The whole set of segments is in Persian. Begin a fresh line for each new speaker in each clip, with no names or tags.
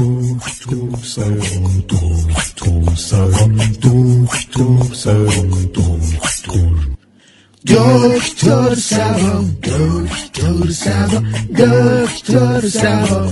Doktor Sören, doktor Sören, doktor Sören, doktor. Doktor Sören, doktor Sören, doktor Sören.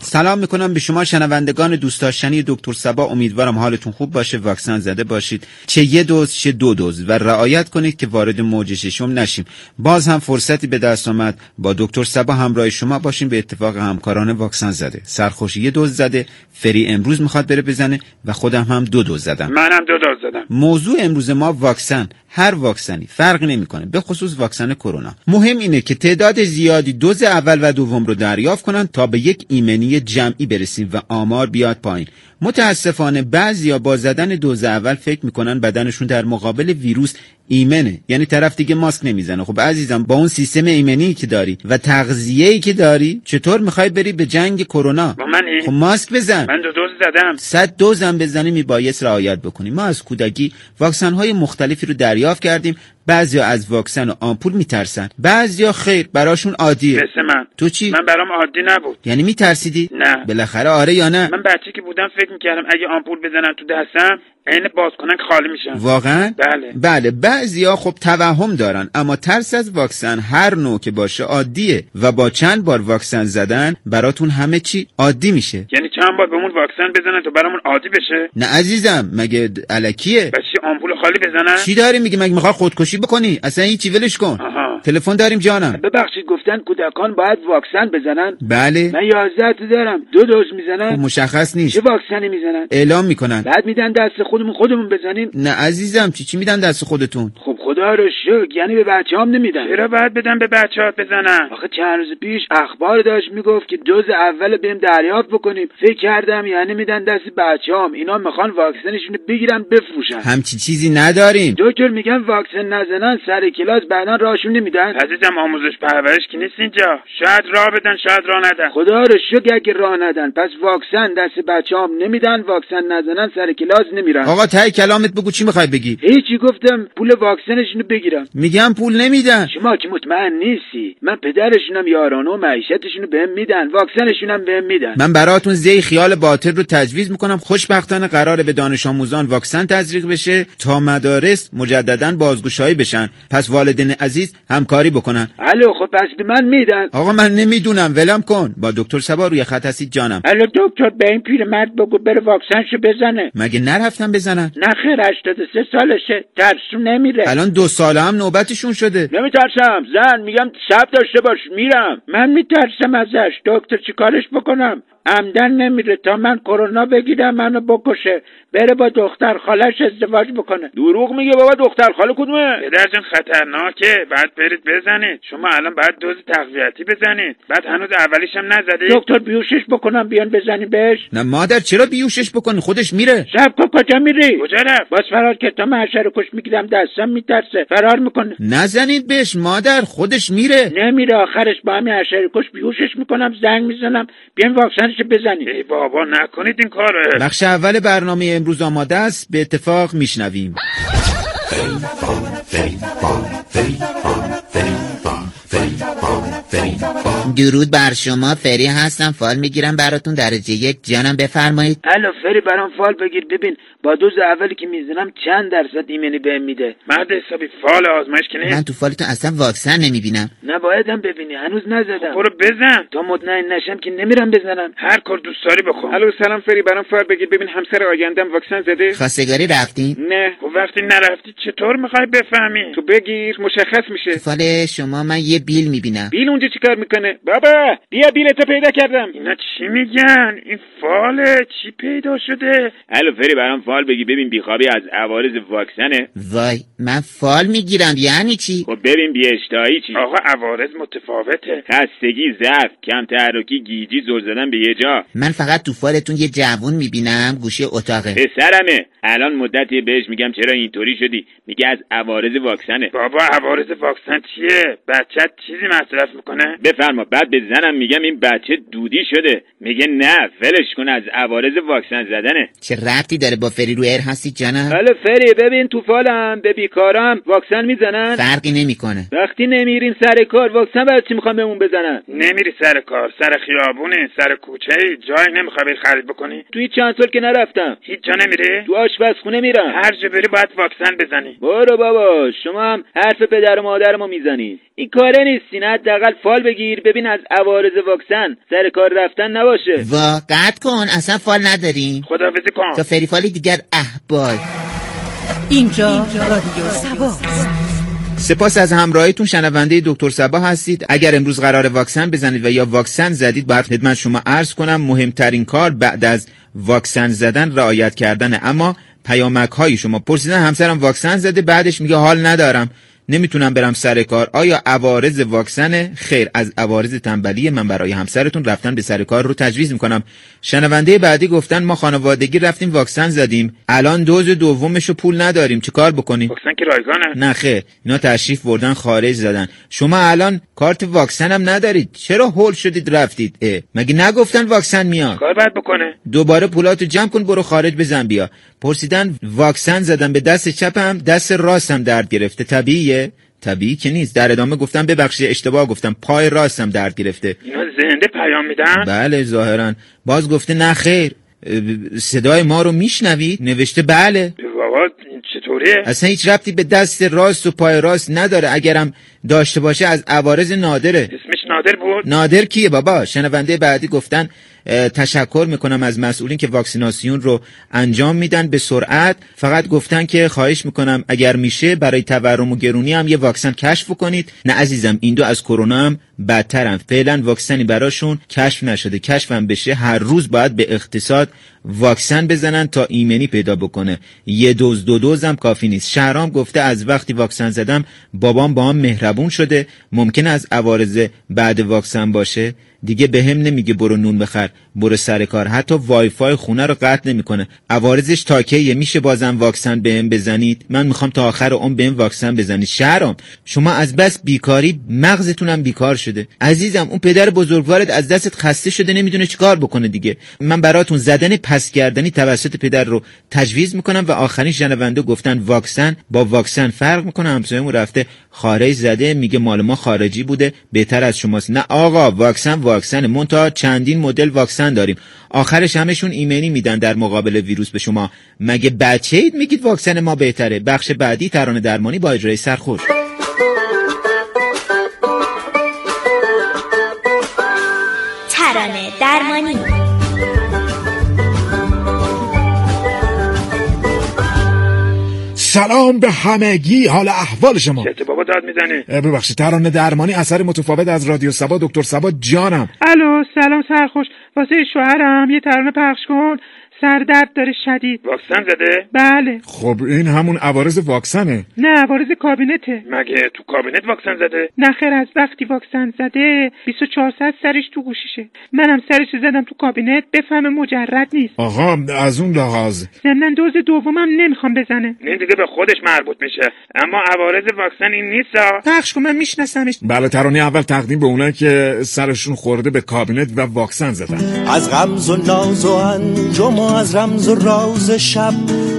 سلام میکنم به شما شنوندگان دوست داشتنی دکتر سبا امیدوارم حالتون خوب باشه واکسن زده باشید چه یه دوز چه دو دوز و رعایت کنید که وارد موج ششم نشیم باز هم فرصتی به دست آمد با دکتر سبا همراه شما باشیم به اتفاق همکاران واکسن زده سرخوشی یه دوز زده فری امروز میخواد بره بزنه و خودم هم دو دوز زدم
منم دو دوز زدم
موضوع امروز ما واکسن هر واکسنی فرق نمیکنه به خصوص واکسن کرونا مهم اینه که تعداد زیادی دوز اول و دوم رو دریافت کنن تا به یک ایمنی جمعی برسیم و آمار بیاد پایین متاسفانه بعضیا با زدن دوز اول فکر میکنن بدنشون در مقابل ویروس ایمنه یعنی طرف دیگه ماسک نمیزنه خب عزیزم با اون سیستم ایمنی که داری و تغذیه‌ای که داری چطور میخوای بری به جنگ کرونا
با من این-
خب ماسک بزن
من دو دوز زدم
صد دوز هم بزنیم میبایست رعایت بکنیم ما از کودکی واکسن های مختلفی رو دریافت کردیم بعضیا از واکسن و آمپول میترسن بعضیا خیر براشون عادیه
مثل من
تو چی
من برام عادی نبود
یعنی میترسیدی
نه.
بالاخره آره یا نه
من بچه که بودم فکر میکردم اگه آمپول بزنم تو دستم عین باز کنن که خالی میشم
واقعا
بله.
بله بعضیا خب توهم دارن اما ترس از واکسن هر نوع که باشه عادیه و با چند بار واکسن زدن براتون همه چی عادی میشه
یعنی چند بار بهمون واکسن بزنن تا برامون عادی بشه
نه عزیزم مگه د- الکیه
بچه آمپول خالی بزنن
چی داری میگی مگه میخوای خودکشی بکنی اصلا هیچی ولش کن
آها
تلفن داریم جانم
ببخشید گفتن کودکان باید واکسن بزنن
بله
یازده تا دارم دو دوز
خب
میزنن
مشخص
بله.
نیست
واکسنی میزنن
اعلام میکنن
بعد میدن دست خودمون خودمون بزنیم
نه عزیزم چی چی میدن دست خودتون
خب خدا رو شکر یعنی به بچه هم نمیدن چرا باید بدن به بچه هات بزنن آخه چند روز پیش اخبار داشت میگفت که دوز اول بهم دریافت بکنیم فکر کردم یعنی میدن دست بچه هم اینا میخوان واکسنشون رو بگیرن بفروشن
همچی چیزی نداریم
دکتر میگن واکسن نزنن سر کلاس بعدا راهشون نمیدن عزیزم آموزش پرورش که نیست اینجا شاید راه بدن شاید راه ندن خدا رو شکر اگه راه ندن پس واکسن دست بچه هم نمیدن واکسن نزنن سر کلاس نمیرن
آقا تای کلامت بگو چی میخوای بگی
هیچی گفتم پول واکسنشون رو بگیرم
میگم پول نمیدن
شما که مطمئن نیستی من پدرشونم یارانه و معیشتشون رو بهم میدن واکسنشونم بهم میدن
من براتون زی خیال باطل رو تجویز میکنم خوشبختانه قراره به دانش آموزان واکسن تزریق بشه تا مدارس مجددا بازگشایی بشن پس والدین عزیز همکاری بکنن
الو خب پس به من میدن
آقا من نمیدونم ولم کن با دکتر سبا روی خط هستید جانم
الو دکتر به این پیرمرد بگو بره واکسنشو بزنه
مگه نرفتم بزنن
نه خیر 83 سالشه ترسو نمیره
الان دو ساله هم نوبتشون شده
نمیترسم زن میگم شب داشته باش میرم من میترسم ازش دکتر چیکارش بکنم عمدن نمیره تا من کرونا بگیرم منو بکشه بره با دختر خالش ازدواج بکنه دروغ میگه بابا دختر خاله کدومه پدرجان خطرناکه بعد برید بزنید شما الان باید دوز تقویتی بزنید بعد هنوز اولیش هم نزدید دکتر بیوشش بکنم بیان بزنیم بهش
نه مادر چرا بیوشش بکنی خودش میره
شب کجا میری کجا رفت باز فرار که تا محشر کش میگیرم دستم میترسه فرار میکنه
نزنید بهش مادر خودش میره
نمیره آخرش با همین عشر کش بیوشش میکنم زنگ میزنم بیاین واکسنش بزنید ای بابا نکنید این کاره
بخش اول برنامه امروز آماده است به اتفاق میشنویم
درود بر شما فری هستم فال میگیرم براتون درجه یک جانم بفرمایید
الو فری برام فال بگیر ببین با دوز اولی که میزنم چند درصد ایمنی بهم میده مرد حسابی فال آزمایش که
من تو فالتون اصلا واکسن نمیبینم
نبایدم ببینی هنوز نزدم خب، برو بزن تا مطمئن نشم که نمیرم بزنم هر کار دوست داری بخون الو سلام فری برام فال بگیر ببین همسر آیندم واکسن زده
خواستگاری رفتین
نه خب وقتی نرفتی چطور میخوای بفهمی تو بگیر مشخص میشه
تو فال شما من یه بیل میبینم
بیل اونجا چیکار میکنه بابا بیا بیلتو پیدا کردم اینا چی میگن این فاله چی پیدا شده الو فری برام فال بگی ببین بیخوابی از عوارض واکسنه
وای من فال میگیرم یعنی چی
خب ببین بیاشتهایی چی آقا عوارض متفاوته خستگی ضعف کم تحرکی گیجی زل زدن به یه جا
من فقط تو فالتون یه جوون میبینم گوشه اتاقه
پسرمه الان مدتی بهش میگم چرا اینطوری شدی میگه از عوارض واکسنه بابا عوارض واکسن چیه بچت چیزی مصرف کنه
بفرما بعد به زنم میگم این بچه دودی شده میگه نه ولش کن از عوارض واکسن زدنه
چه ربطی داره با فری رو ایر هستی جانم
حالا فری ببین تو فالم به بیکارم واکسن میزنن
فرقی نمیکنه
وقتی نمیریم سر کار واکسن برای چی میخوام بهمون بزنن
نمیری سر کار سر خیابونه سر کوچه جای نمیخوای بری خرید بکنی
توی چند سال که نرفتم
هیچ جا نمیری
تو آشپزخونه میرم
هر جا بری باید واکسن بزنی
برو بابا شما هم حرف پدر و مادر ما میزنی این کاره نیستین حداقل فال بگیر ببین از عوارض واکسن سر کار رفتن نباشه
وا قطع کن اصلا فال نداریم
خدافزی کن
تا فری فال دیگر احبال
اینجا رادیو سباست
سپاس از همراهیتون شنونده دکتر سبا هستید اگر امروز قرار واکسن بزنید و یا واکسن زدید باید خدمت شما عرض کنم مهمترین کار بعد از واکسن زدن رعایت کردن اما پیامک های شما پرسیدن همسرم واکسن زده بعدش میگه حال ندارم نمیتونم برم سر کار آیا عوارض واکسن خیر از عوارض تنبلی من برای همسرتون رفتن به سر کار رو تجویز میکنم شنونده بعدی گفتن ما خانوادگی رفتیم واکسن زدیم الان دوز دومشو پول نداریم چیکار بکنیم
واکسن که رایگانه
نه خیر اینا تشریف بردن خارج زدن شما الان کارت واکسن هم ندارید چرا هول شدید رفتید اه. مگه نگفتن واکسن میاد
کار باید بکنه
دوباره پولاتو جمع کن برو خارج بزن بیا پرسیدن واکسن زدم به دست چپم دست راستم درد گرفته طبیعیه طبیعی که نیست در ادامه گفتم ببخشید اشتباه گفتم پای راستم درد گرفته
اینا زنده پیام میدن
بله ظاهرا باز گفته نه خیر اه، صدای ما رو میشنوید نوشته بله
بابا این چطوریه
اصلا هیچ ربطی به دست راست و پای راست نداره اگرم داشته باشه از عوارض نادره
اسمش نادر بود
نادر کیه بابا شنونده بعدی گفتن اه، تشکر میکنم از مسئولین که واکسیناسیون رو انجام میدن به سرعت فقط گفتن که خواهش میکنم اگر میشه برای تورم و گرونی هم یه واکسن کشف کنید نه عزیزم این دو از کرونا هم بدترن فعلا واکسنی براشون کشف نشده کشف هم بشه هر روز باید به اقتصاد واکسن بزنن تا ایمنی پیدا بکنه یه دوز دو دوز هم کافی نیست شهرام گفته از وقتی واکسن زدم بابام با هم مهربون شده ممکن از عوارض بعد واکسن باشه دیگه به هم نمیگه برو نون بخر برو سر کار حتی وایفای خونه رو قطع نمیکنه عوارضش تا کیه میشه بازم واکسن بهم بزنید من میخوام تا آخر عمر بهم واکسن بزنید شهرام شما از بس بیکاری مغزتونم بیکار شده عزیزم اون پدر بزرگوارت از دستت خسته شده نمیدونه چیکار بکنه دیگه من براتون زدن پس گردنی توسط پدر رو تجویز میکنم و آخرین شنونده گفتن واکسن با واکسن فرق میکنه همسایه‌مون رفته خارج زده میگه مال ما خارجی بوده بهتر از شماست نه آقا واکسن واکسن مونتا چندین مدل واکسن داریم آخرش همشون ایمنی میدن در مقابل ویروس به شما مگه بچه اید میگید واکسن ما بهتره بخش بعدی ترانه درمانی با اجرای سرخوش
ترانه درمانی
سلام به همگی حال احوال شما
چته بابا داد میزنی
اه، ببخشید ترانه درمانی اثر متفاوت از رادیو سبا دکتر سبا جانم
الو سلام سرخوش واسه شوهرم یه ترانه پخش کن سردرد داره شدید
واکسن زده
بله
خب این همون عوارض واکسنه
نه وارد کابینته
مگه تو کابینت واکسن زده
نخیر از وقتی واکسن زده 24 ساعت سرش تو گوشیشه منم سرش رو زدم تو کابینت بفهمه مجرد نیست
آقا از اون لحاظ
ضمن دوز دومم نمیخوام بزنه
این دیگه به خودش مربوط میشه اما عوارض واکسن این نیست ها.
پخش کن من میشناسمش
بله ترانه اول تقدیم به اونایی که سرشون خورده به کابینت و واکسن زدن
از غمز و ناز و انجم و از رمز و راز شب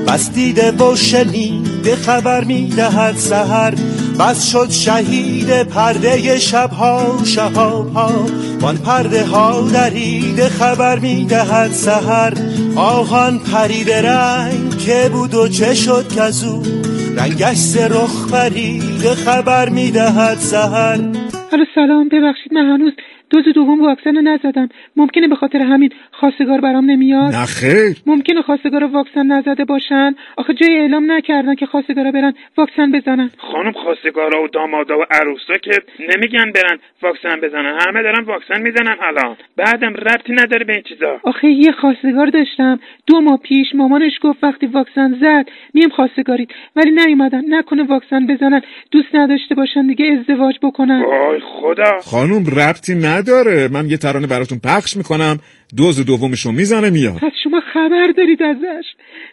بس دیده و شنیده خبر میدهد سهر بس شد شهید پرده شبها و شهاب ها وان پرده ها دریده خبر میدهد سهر آهان پریده رنگ که بود و چه شد که از او رنگش ز رخ پریده خبر میدهد سهر
الو سلام ببخشید من هنوز دوز دوم واکسن رو نزدم ممکنه به خاطر همین خواستگار برام نمیاد
نه خیر
ممکنه خواستگارا واکسن نزده باشن آخه جای اعلام نکردن که خواستگارا برن واکسن بزنن
خانم خواستگارا و دامادا و عروسا که نمیگن برن واکسن بزنن همه دارن واکسن میزنن الان بعدم ربطی نداره به این چیزا
آخه یه خواستگار داشتم دو ماه پیش مامانش گفت وقتی واکسن زد میم خواستگارید ولی نیومدن نکنه واکسن بزنن دوست نداشته باشن دیگه ازدواج بکنن
وای خدا
خانم ربطی نداره من یه ترانه براتون پخش میکنم دوز دومشو میزنه میاد
پس شما خبر دارید ازش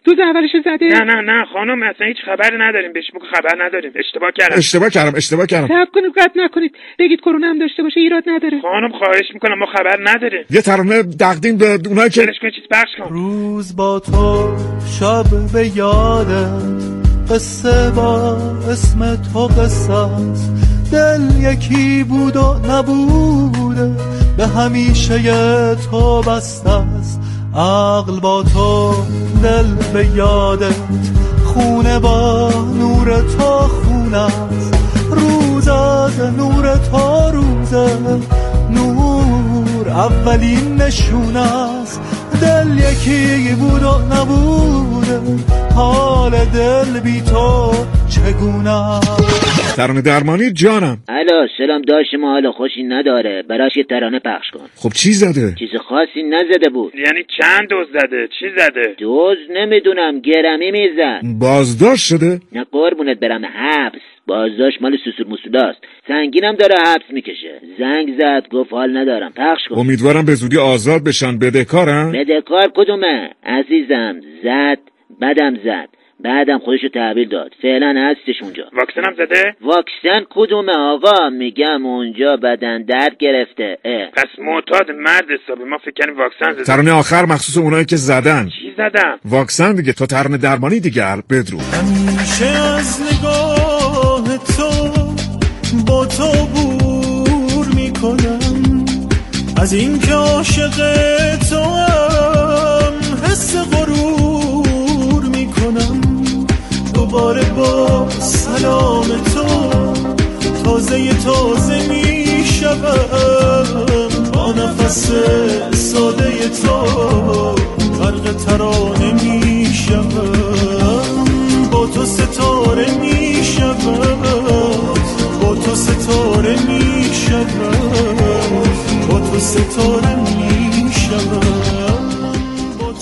دوز اولش زده
نه نه نه خانم اصلا هیچ خبری نداریم بهش بگو خبر نداریم اشتباه کردم
اشتباه کردم اشتباه کردم
صبر کنید قطع نکنید بگید کرونا هم داشته باشه ایراد نداره
خانم خواهش میکنم ما خبر نداریم
یه ترانه دقدیم به اونایی که
ولش کن چیز پخش کن
روز با تو شب به یادت قصه با اسم تو قصه است. دل یکی بود و نبوده به همیشه ی تو بسته است عقل با تو دل به یادت خونه با نور تو خونه است روز از نور تو روزه نور اولین نشونه است دل یکی بود و نبوده حال دل بی تو چگونه است؟
ترانه درمانی جانم
الو سلام داشت ما حال خوشی نداره براش یه ترانه پخش کن
خب چی زده
چیز خاصی نزده بود
یعنی چند دوز زده چی زده
دوز نمیدونم گرمی میزد
بازداشت شده
نه قربونت برم حبس بازداشت مال سوسور موسولاست سنگینم داره حبس میکشه زنگ زد گفت حال ندارم پخش کن
امیدوارم به زودی آزاد بشن بدهکارن
بدهکار کدومه عزیزم زد بدم زد بعدم خودشو تحویل داد فعلا هستش اونجا
واکسن هم زده
واکسن کدومه آقا میگم اونجا بدن درد گرفته اه.
پس معتاد مرد حسابی ما فکر کردیم واکسن زده
ترانه آخر مخصوص اونایی که زدن
چی زدم
واکسن دیگه تا ترانه درمانی دیگر بدرو
همیشه از نگاه تو با تو بور میکنم از اینکه عاشق تو هم حس غرور میکنم دوباره با سلام تو تازه تازه میشوم با نفس ساده تو غرق ترانه میشوم با تو ستاره میشوم با تو ستاره میشوم با تو ستاره میشوم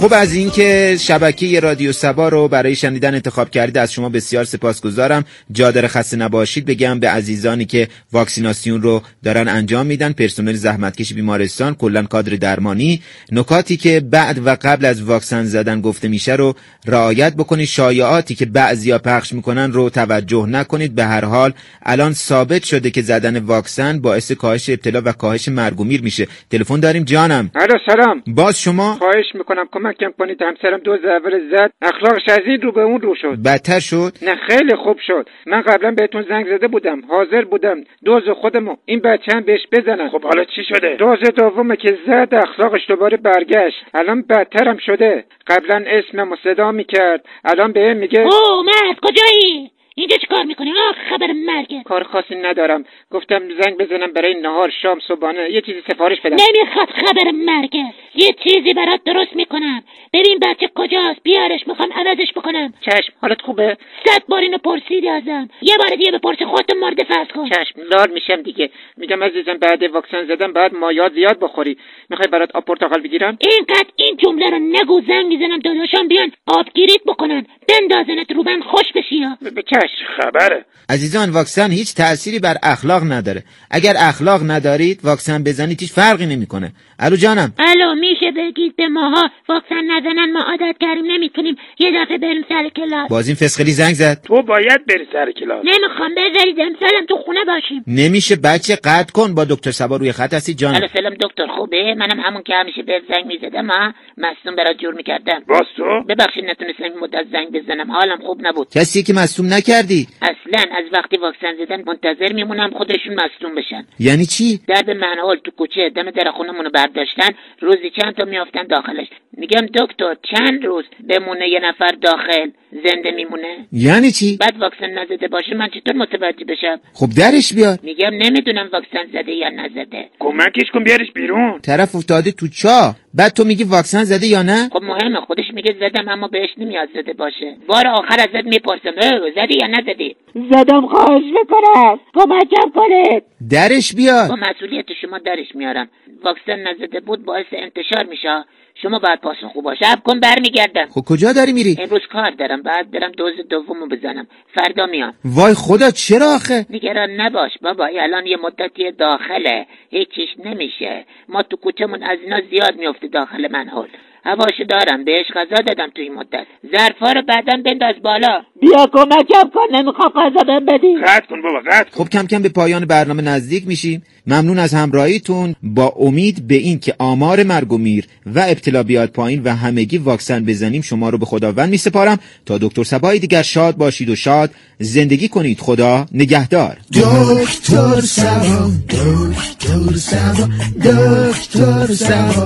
خب از اینکه شبکه رادیو سبا رو برای شنیدن انتخاب کردید از شما بسیار سپاسگزارم جا داره خسته نباشید بگم به عزیزانی که واکسیناسیون رو دارن انجام میدن پرسنل زحمتکش بیمارستان کلا کادر درمانی نکاتی که بعد و قبل از واکسن زدن گفته میشه رو رعایت بکنید شایعاتی که بعضیا پخش میکنن رو توجه نکنید به هر حال الان ثابت شده که زدن واکسن باعث کاهش ابتلا و کاهش مرگ و میر میشه تلفن داریم جانم
الو سلام
باز شما
خواهش میکنم کمکم کنید همسرم دوز اول زد اخلاقش از این رو به اون رو شد
بدتر شد
نه خیلی خوب شد من قبلا بهتون زنگ زده بودم حاضر بودم دوز خودمو این بچه هم بهش بزنن
خب حالا چی شده
دوز دومه که زد اخلاقش دوباره برگشت الان بدترم شده قبلا اسمم و صدا میکرد الان به میگه
او مرد کجایی اینجا چی کار میکنی آخ خبر مرگه
کار خاصی ندارم گفتم زنگ بزنم برای نهار شام صبحانه یه چیزی سفارش بدم
نمیخواد خبر مرگه یه چیزی برات درست میکنم ببین بچه کجاست بیارش میخوام عوضش بکنم
چشم حالت خوبه
صد بار اینو پرسیدی ازم یه بار دیگه بپرس خودت مورد فرض کن
چشم لال میشم دیگه میگم عزیزم بعد واکسن زدم بعد مایات زیاد بخوری میخوای برات آب پرتقال بگیرم
اینقدر این جمله رو نگو زنگ میزنم داداشان بیان آبگیریت بکنن بندازنت رو من خوش بشی یا.
به چشم
خبره
عزیزان واکسن هیچ تأثیری بر اخلاق نداره اگر اخلاق ندارید واکسن بزنید هیچ فرقی نمیکنه الو جانم
الو میشه بگید به ماها واکسن نزنن ما عادت کردیم نمیتونیم یه دفعه بریم سر کلاس
باز این فسقلی زنگ زد
تو باید بری سر کلاس
نمیخوام بذارید امسالم تو خونه باشیم
نمیشه بچه قطع کن با دکتر سبا روی خط هستی
الو
جانم
سلام دکتر خوبه منم همون که همیشه به زنگ میزدم ها مصنون برات جور میکردم
باز تو
ببخشید نتونستم این مدت زنگ بزنم حالم خوب نبود
کسی که مصوم نکردی
اصلا از وقتی واکسن زدن منتظر میمونم خودشون مصدوم بشن
یعنی چی
در به منحال تو کوچه دم در خونمون رو برداشتن روزی چند تا میافتن داخلش میگم دکتر چند روز بمونه یه نفر داخل زنده میمونه
یعنی چی
بعد واکسن نزده باشه من چطور متوجه بشم
خب درش بیار
میگم نمیدونم واکسن زده یا نزده
کمکش کن بیارش بیرون
طرف افتاده تو چاه بعد تو میگی واکسن زده یا نه
خب مهمه خودش میگه زدم اما بهش نمیاد زده باشه بار آخر ازت میپرسم اه، زدی یا نزدی
زدم خواهش میکنم کمکم کنید
درش بیار
خب. با مسئولیت شما درش میارم واکسن نزده بود باعث انتشار میشه
شما باید پاسخ خوب باشه اب کن برمیگردم
خب کجا داری میری
امروز کار دارم بعد برم دوز دومو بزنم فردا میام
وای خدا چرا آخه
نگران نباش بابا این الان یه مدتی داخله هیچیش نمیشه ما تو کوچمون از اینا زیاد میفته داخل منحول هواشو دارم بهش غذا دادم تو این مدت ظرفا رو بعدا بنداز بالا
بیا کمکم کن نمیخوام غذا بهم بدی
قطع کن بابا قطع
خب کم کم به پایان برنامه نزدیک میشیم ممنون از همراهیتون با امید به این که آمار مرگ و میر و ابتلا بیاد پایین و همگی واکسن بزنیم شما رو به خداوند میسپارم تا دکتر سبای دیگر شاد باشید و شاد زندگی کنید خدا نگهدار
دکتر سبا دکتر سبا دکتر سبا